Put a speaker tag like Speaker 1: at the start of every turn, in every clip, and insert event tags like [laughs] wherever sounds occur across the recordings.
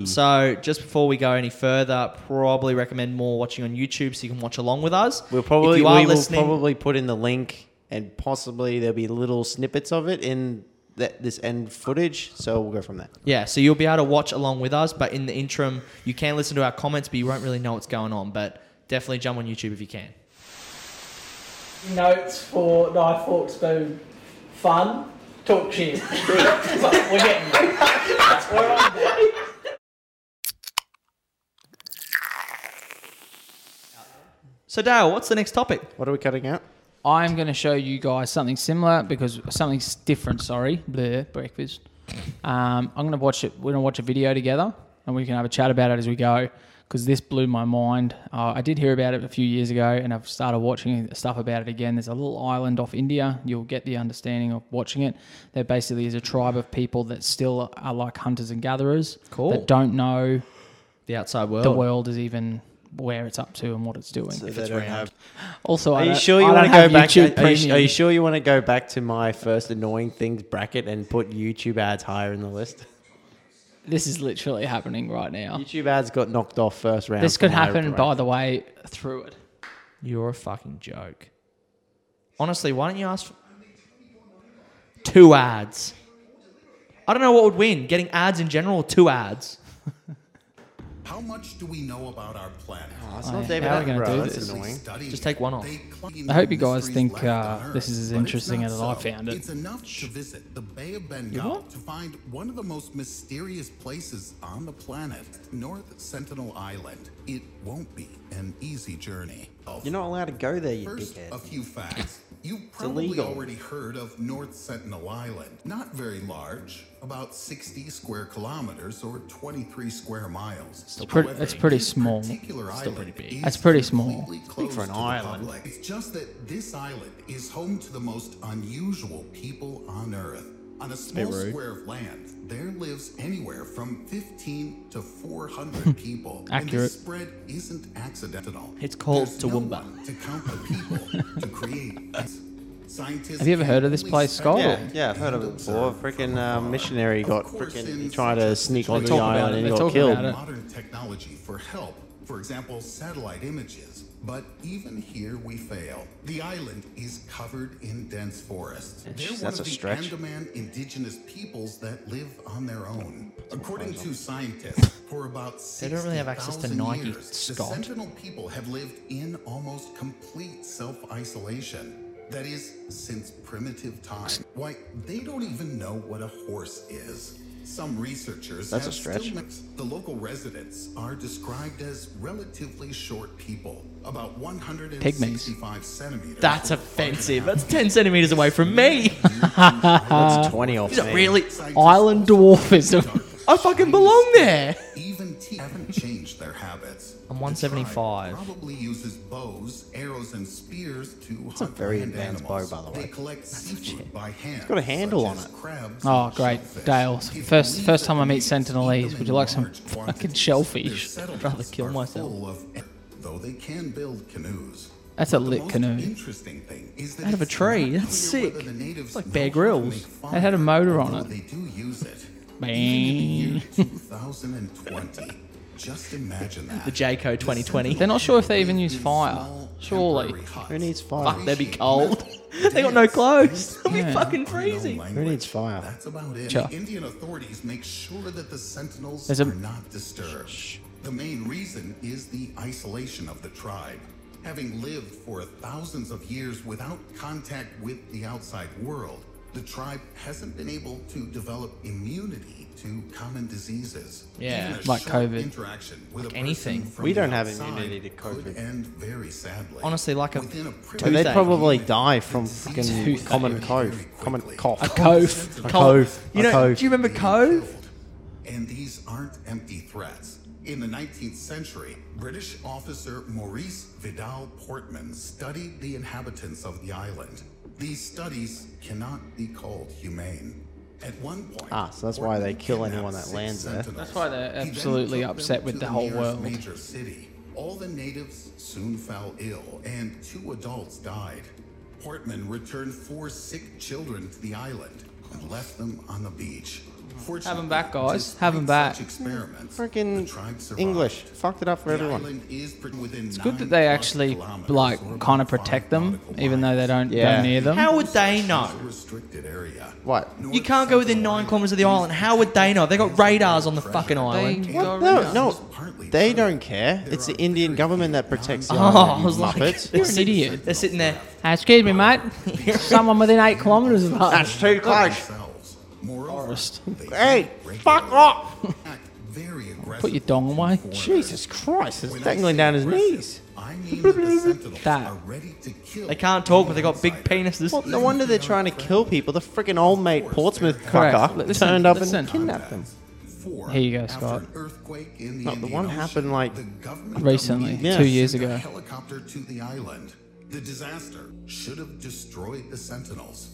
Speaker 1: Mm.
Speaker 2: So just before we go any further, probably recommend more watching on YouTube so you can watch along with us.
Speaker 1: We'll probably
Speaker 2: if
Speaker 1: we
Speaker 2: you are
Speaker 1: will
Speaker 2: listening,
Speaker 1: probably put in the link and possibly there'll be little snippets of it in that this end footage. So we'll go from there.
Speaker 2: yeah, so you'll be able to watch along with us. But in the interim, you can listen to our comments, but you won't really know what's going on. But definitely jump on YouTube if you can.
Speaker 3: notes for knife, fork, spoon, fun, talk [laughs] shit. But we're getting there. We're on board.
Speaker 2: So Dale, what's the next topic?
Speaker 1: What are we cutting out?
Speaker 4: I'm going to show you guys something similar because something s- different. Sorry, Bleh, breakfast. Um, I'm going to watch it. We're going to watch a video together, and we can have a chat about it as we go. Because this blew my mind. Uh, I did hear about it a few years ago, and I've started watching stuff about it again. There's a little island off India. You'll get the understanding of watching it. There basically is a tribe of people that still are like hunters and gatherers
Speaker 2: Cool.
Speaker 4: that don't know
Speaker 2: The outside world.
Speaker 4: the world is even where it's up to and what it's doing.
Speaker 1: They
Speaker 2: it's
Speaker 1: don't
Speaker 2: round.
Speaker 1: have-
Speaker 4: Also, I
Speaker 1: Are you
Speaker 4: don't-
Speaker 1: sure
Speaker 4: I
Speaker 1: you
Speaker 4: don't
Speaker 1: want to go
Speaker 4: have
Speaker 1: back?
Speaker 4: YouTube
Speaker 1: Are you, are
Speaker 4: Premium.
Speaker 1: you sure you want to go back to my first annoying things bracket and put YouTube ads higher in the
Speaker 4: [laughs]
Speaker 1: list?
Speaker 4: This is literally happening right now.
Speaker 1: YouTube ads got knocked off first round.
Speaker 4: This could
Speaker 1: from my
Speaker 4: happen, by the way, through it.
Speaker 2: You're a fucking joke. Honestly, why don't you ask for two ads? I don't know what would win: getting ads in general or two ads.
Speaker 5: How much do we know about our planet?
Speaker 1: Oh, it's
Speaker 4: Oh,
Speaker 1: not
Speaker 4: yeah.
Speaker 1: David
Speaker 4: How are we gonna
Speaker 1: Attenborough,
Speaker 4: do
Speaker 1: That's
Speaker 4: this?
Speaker 1: annoying.
Speaker 5: Studies,
Speaker 2: Just take one off.
Speaker 5: they claim
Speaker 4: I hope you
Speaker 5: the
Speaker 4: guys
Speaker 5: mysteries
Speaker 4: think,
Speaker 5: left on
Speaker 4: uh,
Speaker 5: Earth,
Speaker 4: this is as
Speaker 5: but it's
Speaker 4: interesting
Speaker 5: not
Speaker 4: as I
Speaker 5: so.
Speaker 4: found it.
Speaker 5: It's enough to visit the Bay of Bengal to find one of the most mysterious places on the planet, North Sentinel Island. It won't be an easy journey. Oh,
Speaker 1: You're not allowed to go there, you
Speaker 5: First,
Speaker 1: dickhead.
Speaker 5: a few facts. You've probably
Speaker 1: illegal.
Speaker 5: already heard of North Sentinel Island. Not very large, about 60 square kilometers or 23 square miles. It's,
Speaker 4: pretty- it's pretty small.
Speaker 5: Still pretty big.
Speaker 4: That's pretty small.
Speaker 5: Big
Speaker 1: for an island.
Speaker 5: It's just that this island is home to the most unusual people on Earth. On a small square of land, there lives anywhere from 15 to 400 people. And
Speaker 4: Accurate.
Speaker 5: this spread isn't accidental.
Speaker 2: It's called
Speaker 5: There's no
Speaker 2: Toowoomba.
Speaker 5: one to count the people
Speaker 4: [laughs]
Speaker 5: to create. this. Scientists
Speaker 4: Have you ever
Speaker 5: can
Speaker 4: heard of this
Speaker 5: only
Speaker 4: place,
Speaker 5: speculate
Speaker 4: Scott?
Speaker 1: Yeah, yeah, I've heard of
Speaker 5: and
Speaker 1: it before.
Speaker 5: observe
Speaker 1: Freaking
Speaker 5: from
Speaker 1: uh,
Speaker 5: afar.
Speaker 1: missionary
Speaker 5: Of
Speaker 1: got
Speaker 5: course,
Speaker 1: freaking
Speaker 5: in
Speaker 1: trying to
Speaker 5: such a
Speaker 1: sneak onto the
Speaker 4: talk about
Speaker 1: island
Speaker 4: it,
Speaker 1: and
Speaker 4: they
Speaker 1: he got
Speaker 4: talk
Speaker 1: killed.
Speaker 4: about it.
Speaker 5: modern technology for help, for example, satellite images. But even here we fail. The island is covered in dense forests. They're one
Speaker 1: that's
Speaker 5: of
Speaker 1: a
Speaker 5: the
Speaker 1: stretch.
Speaker 5: Andaman indigenous peoples that live on their own. According to scientists, for about
Speaker 2: They don't really have access to
Speaker 5: 60,000
Speaker 2: Nike,
Speaker 5: years,
Speaker 2: Scott.
Speaker 5: The Sentinel people have lived in almost complete self-isolation. That is, since primitive time. Why, they don't even know what a horse is. Some researchers
Speaker 1: That's a
Speaker 5: have
Speaker 1: stretch.
Speaker 5: still mixed- the local residents are described as relatively short people, about 165 centimeters.
Speaker 2: That's
Speaker 5: or five and a
Speaker 2: offensive.
Speaker 5: half
Speaker 2: That's ten centimeters away from
Speaker 1: [laughs]
Speaker 2: me.
Speaker 1: That's 20 off
Speaker 2: Is it
Speaker 1: me.
Speaker 2: really? [laughs]
Speaker 4: Island dwarfism.
Speaker 2: I fucking belong there.
Speaker 5: Even T haven't changed their habits.
Speaker 2: I'm
Speaker 5: The
Speaker 2: 175.
Speaker 5: tribe Probably uses bows, arrows, and spears to That's
Speaker 1: a
Speaker 5: hunt
Speaker 1: very
Speaker 5: land
Speaker 1: advanced bow,
Speaker 5: animals.
Speaker 1: by the way.
Speaker 5: They collect seafood by hand. It's
Speaker 1: got a handle on it.
Speaker 5: Crabs
Speaker 4: Oh,
Speaker 5: and
Speaker 4: great,
Speaker 5: shellfish.
Speaker 4: Dale.
Speaker 5: It
Speaker 4: First, first
Speaker 5: believes that
Speaker 4: time I meet
Speaker 5: natives eat
Speaker 4: Sentinelese.
Speaker 5: them
Speaker 4: Would
Speaker 5: in
Speaker 4: you like some
Speaker 5: large
Speaker 4: fucking
Speaker 5: quantities.
Speaker 4: shellfish?
Speaker 5: Their
Speaker 2: I'd rather kill
Speaker 5: settlements are
Speaker 2: myself.
Speaker 5: full of- Though they can build canoes.
Speaker 4: That's a
Speaker 5: The
Speaker 4: lit
Speaker 5: most
Speaker 4: canoe.
Speaker 5: Interesting thing is that
Speaker 2: Out of a
Speaker 5: it's
Speaker 2: tree.
Speaker 5: not
Speaker 2: That's
Speaker 5: clear
Speaker 2: sick.
Speaker 5: whether the natives
Speaker 2: like
Speaker 5: know
Speaker 2: Bear
Speaker 5: how to
Speaker 2: Grylls.
Speaker 5: make
Speaker 4: They had a
Speaker 5: fire,
Speaker 4: motor on
Speaker 5: although
Speaker 4: it.
Speaker 5: They do
Speaker 2: [laughs]
Speaker 5: use it.
Speaker 4: Bang.
Speaker 5: Even in the year 2020. Just imagine that.
Speaker 2: The Jayco 2020.
Speaker 4: They're not sure if they even use fire. Surely.
Speaker 1: Who needs fire?
Speaker 2: Fuck, they'd be cold. [laughs] they got no clothes. [laughs] They'll be
Speaker 4: Yeah.
Speaker 2: fucking freezing.
Speaker 1: Who needs fire?
Speaker 5: That's about it.
Speaker 4: Sure.
Speaker 5: The Indian authorities make sure that the sentinels
Speaker 4: There's a-
Speaker 5: are not disturbed. The main reason is the isolation of the tribe. Having lived for thousands of years without contact with the outside world, the tribe hasn't been able to develop immunity to common diseases.
Speaker 2: Yeah.
Speaker 5: Even a
Speaker 4: Like
Speaker 5: short
Speaker 4: COVID.
Speaker 5: Interaction with a person
Speaker 2: anything.
Speaker 5: from
Speaker 1: We
Speaker 5: the
Speaker 1: don't have
Speaker 5: outside
Speaker 1: immunity to
Speaker 5: could
Speaker 1: COVID.
Speaker 5: end very sadly.
Speaker 2: Honestly, like a
Speaker 5: Within
Speaker 2: tooth
Speaker 1: And
Speaker 5: pretty-
Speaker 1: they'd
Speaker 2: Toothache.
Speaker 1: probably die from fucking
Speaker 4: Toothache.
Speaker 1: common cove. Common cough.
Speaker 4: A cove.
Speaker 1: A
Speaker 2: Col-
Speaker 1: cove.
Speaker 2: You
Speaker 1: A
Speaker 2: know?
Speaker 1: cove.
Speaker 2: Do you remember Cove?
Speaker 5: killed. And these aren't empty threats. In the 19th century, British officer Maurice Vidal Portman studied the inhabitants of the island. These studies cannot be called humane. At one point,
Speaker 1: Ah, so that's why they
Speaker 5: Portman
Speaker 1: kill
Speaker 5: kidnapped
Speaker 1: anyone that
Speaker 5: six
Speaker 1: lands there.
Speaker 5: sentinels.
Speaker 4: That's why they're
Speaker 5: He then
Speaker 4: absolutely
Speaker 5: took them
Speaker 4: upset with
Speaker 5: to
Speaker 4: the whole
Speaker 5: nearest
Speaker 4: world.
Speaker 5: Major city. All the natives soon fell ill, and two adults died. Portman returned four sick children to the island and left them on the beach. Fortunately,
Speaker 4: back, guys.
Speaker 5: despite
Speaker 4: Have 'em back.
Speaker 5: such Experiments, the tribe
Speaker 1: Freaking
Speaker 5: survived.
Speaker 1: English fucked it up for
Speaker 5: The
Speaker 1: everyone.
Speaker 5: island is pr- within
Speaker 4: It's good that they actually like kind of protect them, even though they don't
Speaker 1: Yeah.
Speaker 4: go near them.
Speaker 2: How would they know?
Speaker 5: Restricted area.
Speaker 1: What?
Speaker 2: You can't go within nine kilometers of the island. How would they know? They got radars on the fucking island.
Speaker 4: They
Speaker 1: What?
Speaker 4: go
Speaker 1: No,
Speaker 4: around.
Speaker 1: no. They don't care. It's the Indian government that protects
Speaker 2: [laughs]
Speaker 1: the
Speaker 2: Oh, I
Speaker 1: island. you
Speaker 2: was like, [laughs]
Speaker 1: Muppets.
Speaker 2: they're
Speaker 4: an
Speaker 2: sitting-
Speaker 4: idiot.
Speaker 2: They're sitting there.
Speaker 4: Hey, Ah, excuse
Speaker 2: [laughs]
Speaker 4: me, mate. Someone within eight kilometres of us.
Speaker 1: too close.
Speaker 5: Themselves. Moreover,
Speaker 4: Forest.
Speaker 5: they
Speaker 1: Hey,
Speaker 5: regularly
Speaker 1: fuck off!
Speaker 5: act Very
Speaker 4: Put your
Speaker 5: aggressive
Speaker 4: dong away.
Speaker 5: foreigners.
Speaker 1: Jesus Christ, it's
Speaker 5: When I
Speaker 1: dangling
Speaker 5: say
Speaker 1: down his
Speaker 5: aggressive,
Speaker 1: knees.
Speaker 5: I mean that the Sentinels
Speaker 4: That.
Speaker 5: are ready to kill
Speaker 2: They can't talk, but they
Speaker 5: any
Speaker 2: got big
Speaker 5: outsider.
Speaker 2: penises.
Speaker 1: Well, no wonder they're trying to kill people. The freaking old mate Portsmouth
Speaker 4: Correct.
Speaker 1: fucker
Speaker 4: Listen,
Speaker 1: turned up
Speaker 4: listen.
Speaker 1: and kidnapped them.
Speaker 5: Four,
Speaker 4: Here you go,
Speaker 5: after
Speaker 4: Scott.
Speaker 5: an earthquake in the,
Speaker 1: No, the
Speaker 5: Indian
Speaker 1: one
Speaker 5: Ocean,
Speaker 1: happened, like,
Speaker 5: the
Speaker 4: [laughs]
Speaker 5: government
Speaker 4: recently,
Speaker 5: of India
Speaker 1: two
Speaker 5: sent
Speaker 4: years
Speaker 5: a
Speaker 4: ago.
Speaker 5: helicopter to the island. The disaster should have destroyed the Sentinels,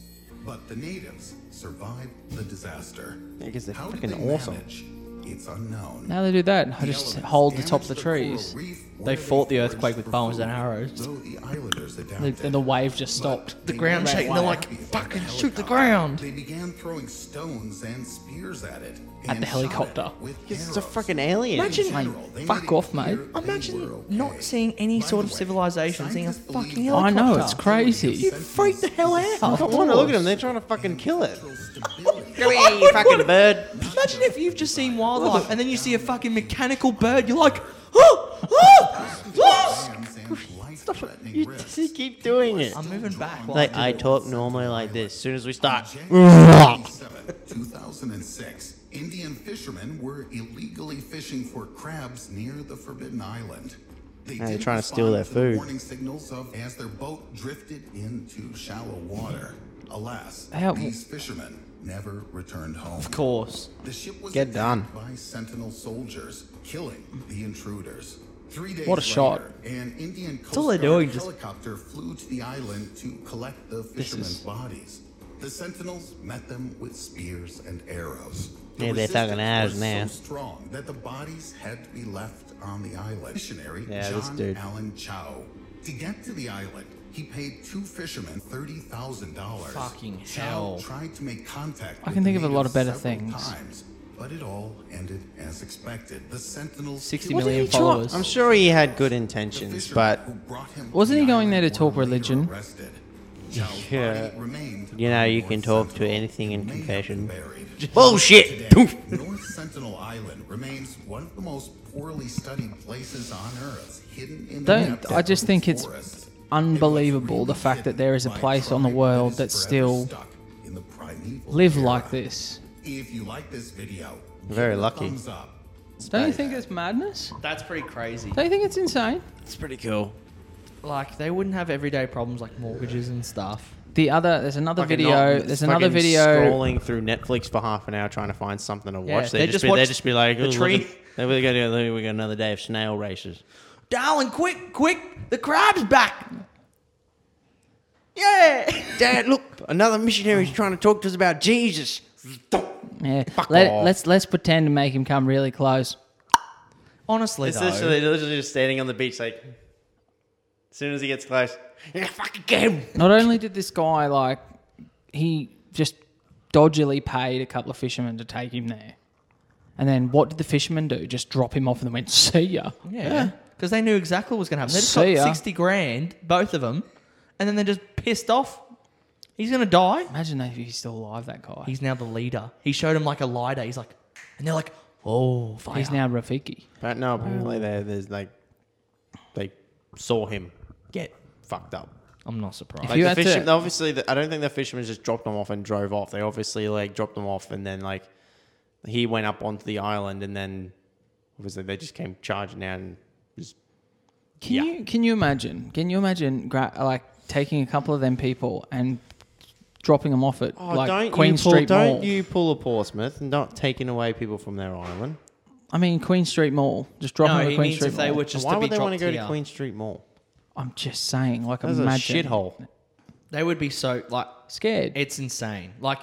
Speaker 5: but the natives survived the disaster.
Speaker 1: Yeah, 'cause they're
Speaker 5: How did
Speaker 1: freaking
Speaker 5: they
Speaker 1: awesome.
Speaker 5: manage? It's unknown.
Speaker 4: Now they do that. I
Speaker 5: The
Speaker 4: just
Speaker 5: elements
Speaker 4: hold the
Speaker 5: damaged
Speaker 4: top of the
Speaker 5: coral
Speaker 4: trees.
Speaker 5: reef where
Speaker 2: They fought the
Speaker 5: foraged
Speaker 2: earthquake with
Speaker 5: for
Speaker 2: bows and
Speaker 5: food,
Speaker 2: arrows.
Speaker 5: though the islanders
Speaker 4: And
Speaker 5: adapted.
Speaker 4: the wave just stopped.
Speaker 2: The ground shaking. They're like, fucking shoot the ground.
Speaker 5: They began throwing stones and spears at it.
Speaker 4: At
Speaker 5: and
Speaker 4: the
Speaker 5: shot it
Speaker 4: helicopter.
Speaker 5: with
Speaker 1: It's a
Speaker 5: arrows.
Speaker 1: freaking alien.
Speaker 2: Imagine-
Speaker 5: In general, they
Speaker 4: fuck
Speaker 5: made it
Speaker 4: off, mate.
Speaker 5: clear they were
Speaker 2: Imagine
Speaker 5: okay.
Speaker 2: not seeing any
Speaker 5: By
Speaker 2: sort
Speaker 5: the
Speaker 2: of
Speaker 5: way,
Speaker 2: civilization, seeing a
Speaker 5: scientists
Speaker 2: fucking
Speaker 5: believe
Speaker 2: helicopter.
Speaker 4: I know, it's crazy.
Speaker 2: You freak the hell
Speaker 5: Oh
Speaker 2: out.
Speaker 1: I wonder, look at them. They're trying to fucking kill
Speaker 5: [laughs]
Speaker 1: it.
Speaker 5: Stability.
Speaker 1: Come here, you fucking bird. [laughs]
Speaker 2: Imagine if you've just seen wildlife and then you see a fucking mechanical bird. You're like, oh, oh, oh.
Speaker 5: Stop it.
Speaker 1: You just keep doing it.
Speaker 2: I'm moving back. while
Speaker 1: Like
Speaker 2: I
Speaker 1: I
Speaker 2: do it.
Speaker 1: talk normally like this. As soon as we start,
Speaker 5: January 27, 2006, Indian fishermen were illegally fishing for crabs near the Forbidden Island. They
Speaker 1: they're
Speaker 5: didn't
Speaker 1: trying to steal
Speaker 5: respond
Speaker 1: their
Speaker 5: the
Speaker 1: food.
Speaker 5: warning signals of as their boat drifted into shallow water. Alas,
Speaker 4: How-
Speaker 5: these fishermen never returned home.
Speaker 2: Of course.
Speaker 5: The ship was
Speaker 1: Get
Speaker 5: attacked by Sentinel soldiers, killing the intruders. Three days
Speaker 4: What a shot.
Speaker 5: later, An Indian Coast
Speaker 2: all they're
Speaker 5: Guard
Speaker 2: doing, just-
Speaker 5: helicopter flew to the island to collect the fishermen's bodies. The Sentinels met them with spears and arrows. The
Speaker 1: Yeah, they're
Speaker 5: resistance
Speaker 1: talking ours
Speaker 5: was
Speaker 1: now.
Speaker 5: So strong that the bodies had to be left on the island. Missionary
Speaker 1: Yeah, this
Speaker 5: John
Speaker 1: dude.
Speaker 5: Alan Chow. To get to the island, he paid two fishermen thirty thousand dollars.
Speaker 2: Fucking
Speaker 5: Chow
Speaker 2: hell.
Speaker 5: tried to make contact
Speaker 4: I can think of a lot of better
Speaker 5: several
Speaker 4: things.
Speaker 5: Times, but it all ended as expected. The Sentinels
Speaker 4: 60
Speaker 5: killed
Speaker 4: million
Speaker 5: the
Speaker 4: followers.
Speaker 1: I'm sure he had good
Speaker 5: fishermen
Speaker 1: intentions,
Speaker 5: who
Speaker 1: but
Speaker 5: brought him to
Speaker 4: Wasn't
Speaker 5: the
Speaker 4: he going there to
Speaker 5: island
Speaker 4: talk
Speaker 5: were later
Speaker 4: religion?
Speaker 5: arrested. Chow's
Speaker 1: Yeah.
Speaker 5: body remained
Speaker 1: You know,
Speaker 5: on
Speaker 1: you
Speaker 5: North
Speaker 1: can talk to
Speaker 5: Sentinel
Speaker 1: anything in
Speaker 5: and may have
Speaker 1: confession.
Speaker 5: been buried.
Speaker 1: bullshit.
Speaker 5: Today,
Speaker 1: [laughs]
Speaker 5: North Sentinel Island remains one of the most poorly studied places on Earth, hidden in the
Speaker 4: Don't-
Speaker 5: depths
Speaker 4: I just
Speaker 5: of
Speaker 4: think
Speaker 5: the
Speaker 4: it's
Speaker 5: forest.
Speaker 4: unbelievable,
Speaker 5: It was
Speaker 4: the fact that
Speaker 5: hidden
Speaker 4: there is a
Speaker 5: by
Speaker 4: place on the
Speaker 5: tribe
Speaker 4: world
Speaker 5: is
Speaker 4: that
Speaker 5: forever
Speaker 4: still
Speaker 5: stuck in the primeval
Speaker 4: Live
Speaker 5: era.
Speaker 4: like this.
Speaker 5: If you like this video, give
Speaker 1: Very
Speaker 5: it a
Speaker 1: lucky.
Speaker 5: Thumbs up.
Speaker 4: Don't you think that's madness?
Speaker 2: That's pretty crazy.
Speaker 4: Don't you think it's insane?
Speaker 1: it's pretty cool.
Speaker 2: Like they wouldn't have everyday problems like mortgages and stuff.
Speaker 4: The other, there's another
Speaker 1: Fucking
Speaker 4: video.
Speaker 1: not-
Speaker 4: There's
Speaker 1: fucking
Speaker 4: another video.
Speaker 1: Scrolling through Netflix for half an hour trying to find something to watch. they
Speaker 2: they
Speaker 1: just,
Speaker 2: just
Speaker 1: be, they
Speaker 2: watched
Speaker 1: just be like,
Speaker 2: the
Speaker 1: "Ooh, look
Speaker 2: tree."
Speaker 1: at- there we go. There we go. Another day of snail races.
Speaker 2: Darling, Oh, quick, quick! The crab's back. Yeah.
Speaker 1: Dad, look, another missionary's trying to talk to us about Jesus.
Speaker 4: Yeah.
Speaker 1: Fuck
Speaker 4: Let,
Speaker 1: off.
Speaker 4: let's let's pretend to make him come really close.
Speaker 2: Honestly,
Speaker 1: It's
Speaker 2: though,
Speaker 1: literally, literally just standing on the beach, like, as soon as he gets close, yeah, fucking get him.
Speaker 4: Not only did this guy like he just dodgily paid a couple of fishermen to take him there, and then what did the fishermen do? Just drop him off and then went, "See ya."
Speaker 2: yeah, because they knew exactly what was going to happen. They just
Speaker 4: See
Speaker 2: got
Speaker 4: ya.
Speaker 2: sixty grand, both of them, and then they're just pissed off. He's going to die.
Speaker 4: Imagine if he's still alive, that guy. He's,
Speaker 2: He's now the leader. He showed him like a lighter. He's like, and they're like, oh, fire.
Speaker 4: now Rafiki.
Speaker 1: But no, apparently they, there's like, they saw him
Speaker 2: get.
Speaker 1: fucked up.
Speaker 2: I'm not surprised.
Speaker 4: If
Speaker 1: Like
Speaker 4: you
Speaker 1: the
Speaker 4: had to-
Speaker 1: fishermen, obviously, the, I don't think the fishermen just dropped them off and drove off. They obviously like dropped them off and then like he went up onto the island and then obviously they just came charging out and just
Speaker 4: Can
Speaker 1: Yeah.
Speaker 4: you can you imagine? Can you imagine gra- like taking a couple of them people and dropping them off at like Queen
Speaker 1: you pull,
Speaker 4: Street
Speaker 1: Oh, don't
Speaker 4: Mall?
Speaker 1: you pull a Portsmouth and not taking away people from their island.
Speaker 4: I mean Queen Street Mall. Just drop
Speaker 2: no,
Speaker 4: them
Speaker 2: he
Speaker 4: at Queen
Speaker 2: means
Speaker 4: Street
Speaker 2: if they
Speaker 4: Mall.
Speaker 2: were just
Speaker 1: Why
Speaker 2: to be
Speaker 1: would they want to
Speaker 2: dropped
Speaker 1: go
Speaker 2: here,
Speaker 1: to Queen Street Mall?
Speaker 4: I'm just saying, like
Speaker 1: That's a
Speaker 4: imagine
Speaker 1: shithole.
Speaker 2: they would be so like
Speaker 4: Scared.
Speaker 2: It's insane. Like,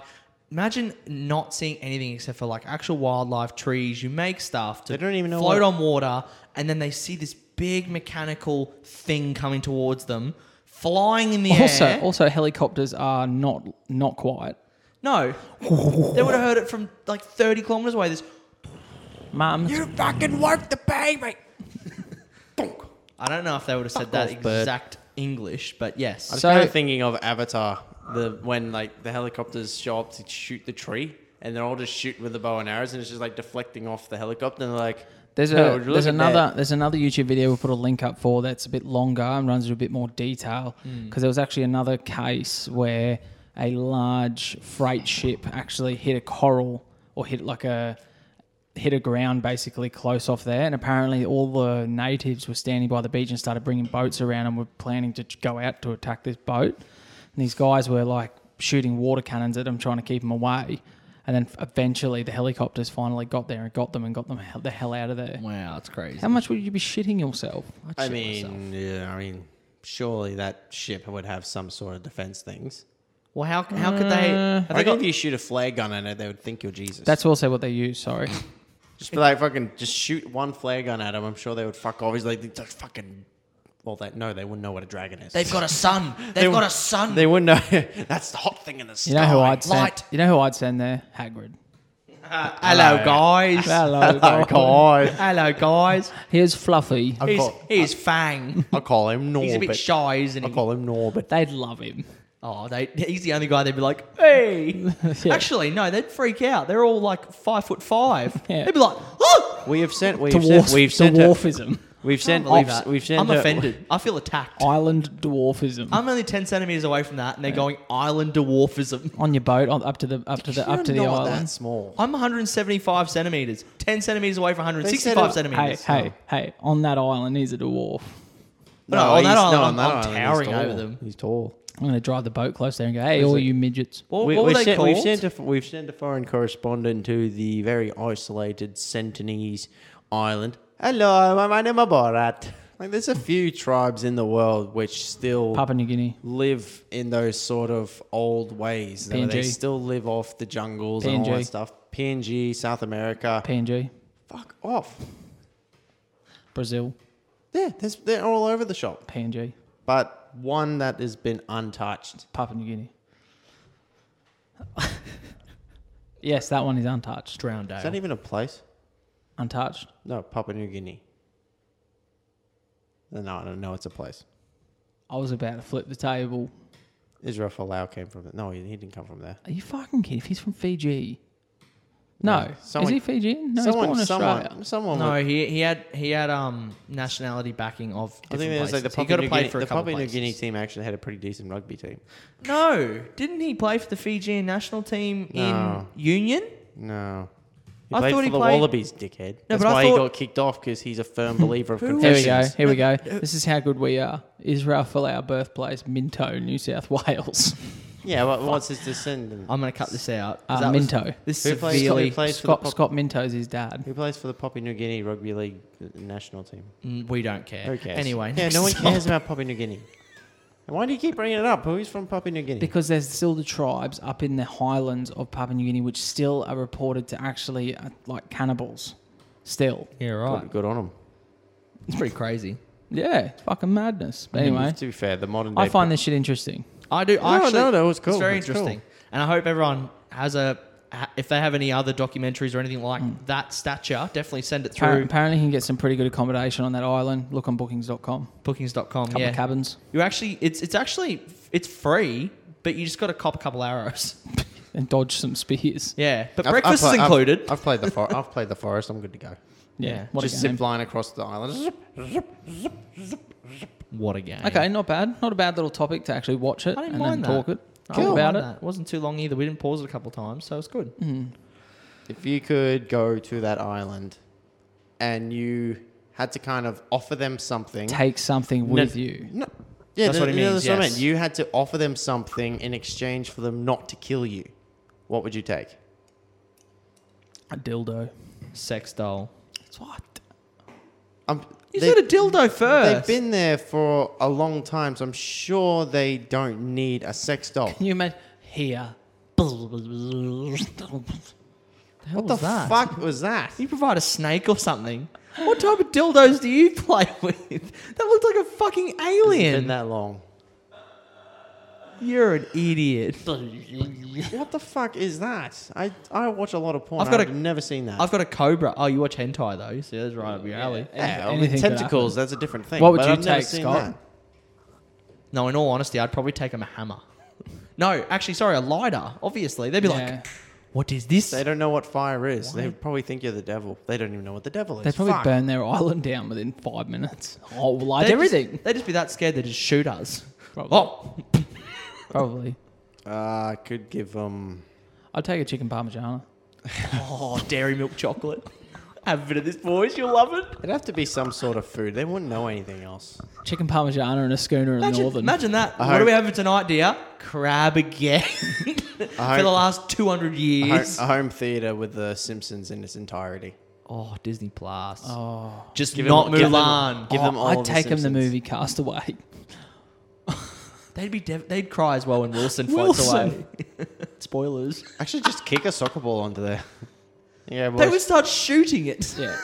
Speaker 2: imagine not seeing anything except for like actual wildlife, trees. You make stuff to
Speaker 1: They don't even know
Speaker 2: float
Speaker 1: what-
Speaker 2: on water, and then they see this big mechanical thing coming towards them, flying in the
Speaker 4: also,
Speaker 2: air.
Speaker 4: also helicopters are not not quiet.
Speaker 2: No. they would have heard it from like 30 kilometers away. This,
Speaker 4: Mum,
Speaker 1: You fucking woke the baby.
Speaker 2: I don't know if they would have said that
Speaker 1: off, bird.
Speaker 2: exact English, but yes.
Speaker 1: I was
Speaker 4: So-
Speaker 1: kind of thinking of Avatar, the when like the helicopters show up to shoot the tree, and they're all just shooting with the bow and arrows, and it's just like deflecting off the helicopter. And they're like,
Speaker 4: There's a
Speaker 1: "No, look
Speaker 4: there's
Speaker 1: at
Speaker 4: another
Speaker 1: that."
Speaker 4: there's another YouTube video we'll put a link up for that's a bit longer and runs into a bit more detail
Speaker 1: Hmm.
Speaker 4: because there was actually another case where a large freight ship actually hit a coral or hit like a hit a ground basically close off there and apparently all the natives were standing by the beach and started bringing boats around and were planning to go out to attack this boat and these guys were like shooting water cannons at them trying to keep them away and then eventually the helicopters finally got there and got them and got them he- the hell out of there
Speaker 2: Wow, it's crazy.
Speaker 4: how much would you be shitting yourself?
Speaker 1: I mean, yeah, I mean, surely that ship would have some sort of defense things.
Speaker 2: Well, how, how could they? Have
Speaker 1: Uh,
Speaker 2: they
Speaker 1: I think
Speaker 2: got,
Speaker 1: if you shoot a flare gun at it, they would think you're Jesus.
Speaker 4: That's also what they use.
Speaker 1: [laughs]
Speaker 4: Sorry,
Speaker 1: just be like fucking just shoot one flare gun at him. I'm sure they would fuck off. He's like, "It's a fucking. Well, they no, they wouldn't know what a dragon is.
Speaker 2: they've got a
Speaker 1: [laughs]
Speaker 2: sun. They've
Speaker 1: They-
Speaker 2: got a sun.
Speaker 1: They wouldn't know. [laughs] That's the hot thing in the sky.
Speaker 4: you know who I'd send.
Speaker 2: light.
Speaker 4: You know who I'd send there?
Speaker 1: [laughs]
Speaker 4: Hagrid.
Speaker 2: Hello, guys.
Speaker 4: Hello,
Speaker 1: God.
Speaker 2: Hello, guys.
Speaker 4: Here's Fluffy.
Speaker 2: [laughs]
Speaker 1: I'll
Speaker 2: He's,
Speaker 1: Oh, call,
Speaker 2: he's Fang.
Speaker 1: I'll call him Norbit.
Speaker 2: He's a bit shy, isn't
Speaker 1: I'll
Speaker 2: he?
Speaker 1: call him Norbit.
Speaker 4: They'd love him.
Speaker 2: Oh, they, he's the only guy they'd be like, hey.
Speaker 4: [laughs] Yeah.
Speaker 2: Actually, no, they'd freak out. They're all like five foot five.
Speaker 1: [laughs]
Speaker 4: Yeah.
Speaker 2: They'd be like, oh!
Speaker 1: We have sent. We've
Speaker 4: Dwarf,
Speaker 1: sent. We've sent. her-
Speaker 4: dwarfism.
Speaker 1: We've sent.
Speaker 2: Believe
Speaker 1: We've,
Speaker 2: Oh, that.
Speaker 1: we've sent.
Speaker 2: I'm
Speaker 1: her-
Speaker 2: offended. I feel attacked.
Speaker 4: Island dwarfism.
Speaker 2: I'm only 10 centimeters away from that, and they're going island dwarfism.
Speaker 4: on your boat, on, up to the up to the up to the
Speaker 1: You're not
Speaker 4: island.
Speaker 1: That small.
Speaker 2: I'm 175 centimeters, 10 centimeters away from
Speaker 1: They said
Speaker 2: 165
Speaker 1: it-
Speaker 4: Hey,
Speaker 2: centimeters.
Speaker 4: hey, hey! On that island, he's a dwarf.
Speaker 2: No, on that
Speaker 1: he's-
Speaker 2: island,
Speaker 1: no,
Speaker 2: I'm,
Speaker 1: on that
Speaker 2: I'm
Speaker 1: island, he's
Speaker 2: towering
Speaker 1: tall.
Speaker 2: over them.
Speaker 1: He's tall.
Speaker 4: I'm going to drive the boat close there and go, "Hey, all
Speaker 1: it-
Speaker 4: you midgets!"
Speaker 2: What,
Speaker 1: we,
Speaker 2: what were
Speaker 1: we've,
Speaker 2: they
Speaker 1: sent,
Speaker 2: called?
Speaker 1: we've sent a we've sent a foreign correspondent to the very isolated Sentinese island. Hello, my- my name is Borat. Like, there's a few tribes in the world which still
Speaker 4: Papua New Guinea.
Speaker 1: live in those sort of old ways. though. They
Speaker 4: PNG.
Speaker 1: still live off the jungles and all
Speaker 4: PNG.
Speaker 1: that stuff. PNG, South America.
Speaker 4: PNG,
Speaker 1: Fuck off.
Speaker 4: Brazil,
Speaker 1: Yeah, there's, they're all over the shop.
Speaker 4: PNG,
Speaker 1: But one that has been untouched.
Speaker 4: Papua New Guinea. [laughs] yes, that one is untouched.
Speaker 2: Drowned
Speaker 1: Is that even a place?
Speaker 4: Untouched.
Speaker 1: No, Papua New Guinea. No, I don't know. It's a place.
Speaker 4: I was about to flip the table.
Speaker 1: Israel Folau came from it. No, he, he didn't come from there.
Speaker 4: Are you fucking kidding? If he's from Fiji. No.
Speaker 1: someone-
Speaker 4: is he Fijian? No,
Speaker 1: someone,
Speaker 4: he's born in Australia.
Speaker 1: someone, someone.
Speaker 2: No,
Speaker 1: would-
Speaker 2: he, he had he had um nationality backing of.
Speaker 1: I think
Speaker 2: different
Speaker 1: it was like the
Speaker 2: places. he
Speaker 1: Papua
Speaker 2: could
Speaker 1: New
Speaker 2: have played
Speaker 1: Guinea.
Speaker 2: for a
Speaker 1: The
Speaker 2: couple
Speaker 1: Papua New
Speaker 2: places.
Speaker 1: Guinea team actually had a pretty decent rugby team.
Speaker 2: No, didn't he play for the Fijian national team
Speaker 1: No.
Speaker 2: in Union?
Speaker 1: No. He
Speaker 2: I
Speaker 1: played
Speaker 2: thought
Speaker 1: for
Speaker 2: he
Speaker 1: the
Speaker 2: played-
Speaker 1: Wallabies, dickhead.
Speaker 2: No,
Speaker 1: That's
Speaker 2: but I
Speaker 1: why he
Speaker 2: thought-
Speaker 1: got kicked off because he's
Speaker 2: [laughs]
Speaker 1: a firm believer of
Speaker 4: Here we
Speaker 1: confessions.
Speaker 4: go. Here
Speaker 1: [laughs]
Speaker 4: we go. This is how good we are. Israel for our birthplace, Minto, New South
Speaker 1: [laughs]
Speaker 4: Wales.
Speaker 1: Yeah, what, what's his descendant?
Speaker 2: I'm going to cut this out. 'cause
Speaker 4: Uh,
Speaker 2: that was-
Speaker 4: Minto.
Speaker 2: This
Speaker 1: Who plays-
Speaker 2: severely.
Speaker 1: who plays- Place for the
Speaker 4: Scott
Speaker 1: pop-
Speaker 4: Scott Minto's his dad.
Speaker 1: Who plays for the Papua New Guinea Rugby League uh, national team?
Speaker 2: Mm, we don't care.
Speaker 1: Who cares?
Speaker 2: Anyway.
Speaker 1: yeah, no
Speaker 2: [laughs]
Speaker 1: one
Speaker 2: next
Speaker 1: cares about Papua New Guinea. And why do you keep bringing it up? Who's from Papua New Guinea?
Speaker 4: Because there's still the tribes up in the highlands of Papua New Guinea which still are reported to actually uh, like cannibals. Still.
Speaker 2: Yeah, right.
Speaker 1: good, good on them.
Speaker 2: It's pretty crazy.
Speaker 4: Yeah, fucking madness. But
Speaker 2: Mm-hmm.
Speaker 4: anyway,
Speaker 1: to be fair, the modern day
Speaker 4: I find this shit interesting.
Speaker 2: I do. I
Speaker 1: No,
Speaker 2: actually,
Speaker 1: no, no, it's cool.
Speaker 2: very
Speaker 1: It's cool.
Speaker 2: interesting, and I hope everyone has a. ha- If they have any other documentaries or anything like
Speaker 4: Mm.
Speaker 2: that stature, definitely send it
Speaker 4: Appar-
Speaker 2: through
Speaker 4: Apparently, you can get some pretty good accommodation on that island. Look on bookings.com.
Speaker 2: bookings.com.
Speaker 4: Couple
Speaker 2: Yeah,
Speaker 4: of cabins.
Speaker 2: you actually, it's it's actually it's free, but you just got to cop a couple arrows. [laughs]
Speaker 4: and dodge some spears.
Speaker 2: Yeah, but
Speaker 1: I've-
Speaker 2: breakfast
Speaker 1: I've
Speaker 2: is
Speaker 1: play- I've-
Speaker 2: included.
Speaker 1: I've, played
Speaker 2: [laughs]
Speaker 1: the for- I've played the forest. I'm good to go.
Speaker 4: Yeah,
Speaker 2: Yeah,
Speaker 4: what
Speaker 1: Just
Speaker 4: a game.
Speaker 1: zip line across the island. Zip.
Speaker 2: what a game!
Speaker 4: Okay, not bad. Not a bad little topic to actually watch it
Speaker 2: I didn't
Speaker 4: and
Speaker 2: mind
Speaker 4: then talk
Speaker 2: that.
Speaker 4: it.
Speaker 2: I
Speaker 4: Talk
Speaker 2: didn't
Speaker 4: about
Speaker 2: mind
Speaker 4: it. Mm.
Speaker 2: that. It wasn't too long either. We didn't pause it a couple times, so it's good.
Speaker 1: If you could go to that island, and you had to kind of offer them something.
Speaker 4: Take something with you.
Speaker 1: No. Yeah,
Speaker 2: That's
Speaker 1: no,
Speaker 2: what it
Speaker 1: no,
Speaker 2: means,
Speaker 1: what I
Speaker 2: yes.
Speaker 1: meant. You had to offer them something in exchange for them not to kill you. What would you take?
Speaker 4: A dildo.
Speaker 2: Sex doll.
Speaker 4: That's what.
Speaker 1: Um,
Speaker 2: You
Speaker 1: they-
Speaker 2: said a dildo
Speaker 1: They've
Speaker 2: first.
Speaker 1: been there for a long time, so I'm sure they don't need a sex doll.
Speaker 4: Can you imagine?
Speaker 1: [laughs]
Speaker 4: Here.
Speaker 2: what
Speaker 1: the
Speaker 2: was that?
Speaker 1: fuck was that?
Speaker 2: You provide a snake or something. What type of dildos do you [laughs] play with? That looked like a fucking
Speaker 1: It's been
Speaker 2: alien.
Speaker 1: that long.
Speaker 2: You're an idiot.
Speaker 1: What the fuck is that? I, I watch a lot of porn.
Speaker 2: I've
Speaker 1: I've,
Speaker 2: got a-
Speaker 1: never seen that.
Speaker 2: I've got a cobra. Oh, you watch hentai though, so that's right up your alley.
Speaker 1: yeah, I mean,
Speaker 4: Anything could
Speaker 1: tentacles, that's a different thing.
Speaker 4: What would
Speaker 1: but
Speaker 4: you
Speaker 1: I've never
Speaker 4: take,
Speaker 1: seen
Speaker 4: Scott?
Speaker 1: that.
Speaker 2: No, in all honesty, I'd probably take him a hammer. No, actually, sorry, a lighter. Obviously, they'd be like, "What is this?"
Speaker 1: They don't know what fire is. They probably think you're the devil. They don't even know what the devil is.
Speaker 4: They probably
Speaker 1: Fuck.
Speaker 4: burn their island down within
Speaker 1: [laughs]
Speaker 4: five minutes. Oh, light
Speaker 2: They'd
Speaker 4: everything.
Speaker 2: Just, they'd just be that scared they'd just shoot us.
Speaker 4: Probably.
Speaker 2: Oh, [laughs]
Speaker 4: Probably.
Speaker 1: Uh, I could give them.
Speaker 4: I'd take a chicken parmigiana.
Speaker 2: oh, dairy milk chocolate. Have a bit of this, boys. You'll love it.
Speaker 1: It'd have to be some sort of food. They wouldn't know anything else.
Speaker 4: Chicken parmigiana and a schooner in
Speaker 2: Imagine,
Speaker 4: Northern.
Speaker 2: imagine that.
Speaker 1: I
Speaker 2: what are
Speaker 1: hope-
Speaker 2: we having tonight, dear? Crab again. [laughs] For the
Speaker 1: hope-
Speaker 2: last 200
Speaker 1: A ho-
Speaker 2: years.
Speaker 1: a home theater with the Simpsons in its entirety.
Speaker 2: oh, Disney Plus.
Speaker 4: Oh,
Speaker 2: Just
Speaker 1: Give 'em-
Speaker 2: not
Speaker 1: give 'em-
Speaker 2: Mulan.
Speaker 1: give
Speaker 4: Oh,
Speaker 1: them all
Speaker 4: I'd
Speaker 1: of the
Speaker 4: take him the
Speaker 1: Simpsons. [laughs]
Speaker 4: movie Castaway.
Speaker 2: They'd be dev- they'd cry as well when Wilson fights away.
Speaker 4: Wilson.
Speaker 2: [laughs] Spoilers.
Speaker 1: Actually, just kick a soccer ball onto there. [laughs] Yeah,
Speaker 2: They
Speaker 1: well,
Speaker 2: would start shooting it.
Speaker 4: Yeah.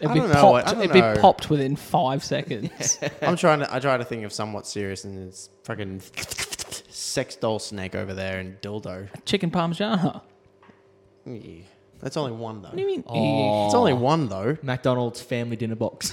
Speaker 4: It'd
Speaker 1: I
Speaker 4: be
Speaker 1: don't know,
Speaker 4: popped.
Speaker 1: I don't
Speaker 4: It'd be
Speaker 1: know.
Speaker 4: popped
Speaker 1: [laughs]
Speaker 4: within five seconds.
Speaker 1: I'm trying to. I try to think of somewhat serious, and it's fucking sex doll snake over there and dildo.
Speaker 4: Chicken parmigiana. [laughs] What
Speaker 1: Yeah. That's only one though.
Speaker 4: do you mean?
Speaker 2: Oh.
Speaker 1: It's only one though.
Speaker 2: McDonald's family dinner box.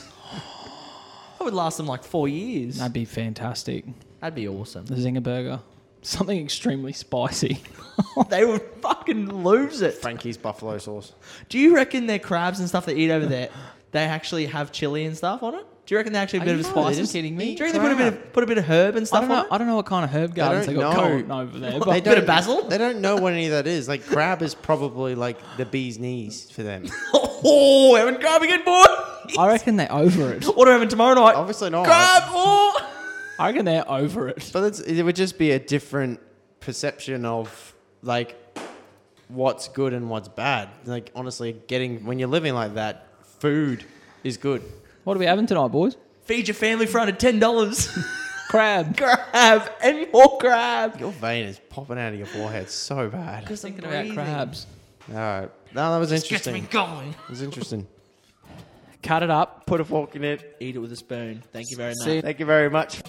Speaker 2: that would last them like four years.
Speaker 4: That'd be fantastic.
Speaker 2: That'd be awesome.
Speaker 4: The Zinger Burger. Something extremely spicy.
Speaker 2: [laughs] they would fucking lose it.
Speaker 1: Frankie's buffalo sauce.
Speaker 2: Do you reckon their crabs and stuff they eat over there, they actually have chili and stuff on it? Do you reckon they actually have a
Speaker 4: Are
Speaker 2: bit of
Speaker 4: you
Speaker 2: spices?
Speaker 4: fucking kidding me?
Speaker 2: Do you reckon they put a bit of put a bit of herb and
Speaker 4: I
Speaker 2: stuff
Speaker 4: don't know.
Speaker 2: on
Speaker 4: I don't know what kind of herb gardens they
Speaker 1: don't
Speaker 4: got
Speaker 1: know.
Speaker 4: going over there.
Speaker 2: They
Speaker 4: But
Speaker 2: Bit of basil?
Speaker 1: They don't know what any of that is. Like crab is probably like the bee's knees for them.
Speaker 2: it? [laughs] Oh, having crab again, boy.
Speaker 4: [laughs] I reckon they're over it.
Speaker 2: What are we having tomorrow night?
Speaker 1: [laughs] Obviously not.
Speaker 2: Crab. Oh.
Speaker 4: I reckon they're over it.
Speaker 1: But it's, it would just be a different perception of like what's good and what's bad. Like honestly, getting when you're living like that, food is good.
Speaker 4: What are we having tonight, boys?
Speaker 2: Feed your family for under ten dollars. [laughs]
Speaker 4: Crab.
Speaker 2: crab and more crab.
Speaker 1: Your vein is popping out of your forehead so bad.
Speaker 2: Just thinking
Speaker 4: About crabs.
Speaker 1: All right, no, that was
Speaker 2: Gets me
Speaker 1: interesting.
Speaker 2: going.
Speaker 1: It was interesting.
Speaker 4: Cut it up.
Speaker 1: Put a fork in it.
Speaker 2: Eat it with a spoon. Thank you very much.
Speaker 4: See you
Speaker 1: Thank you very much.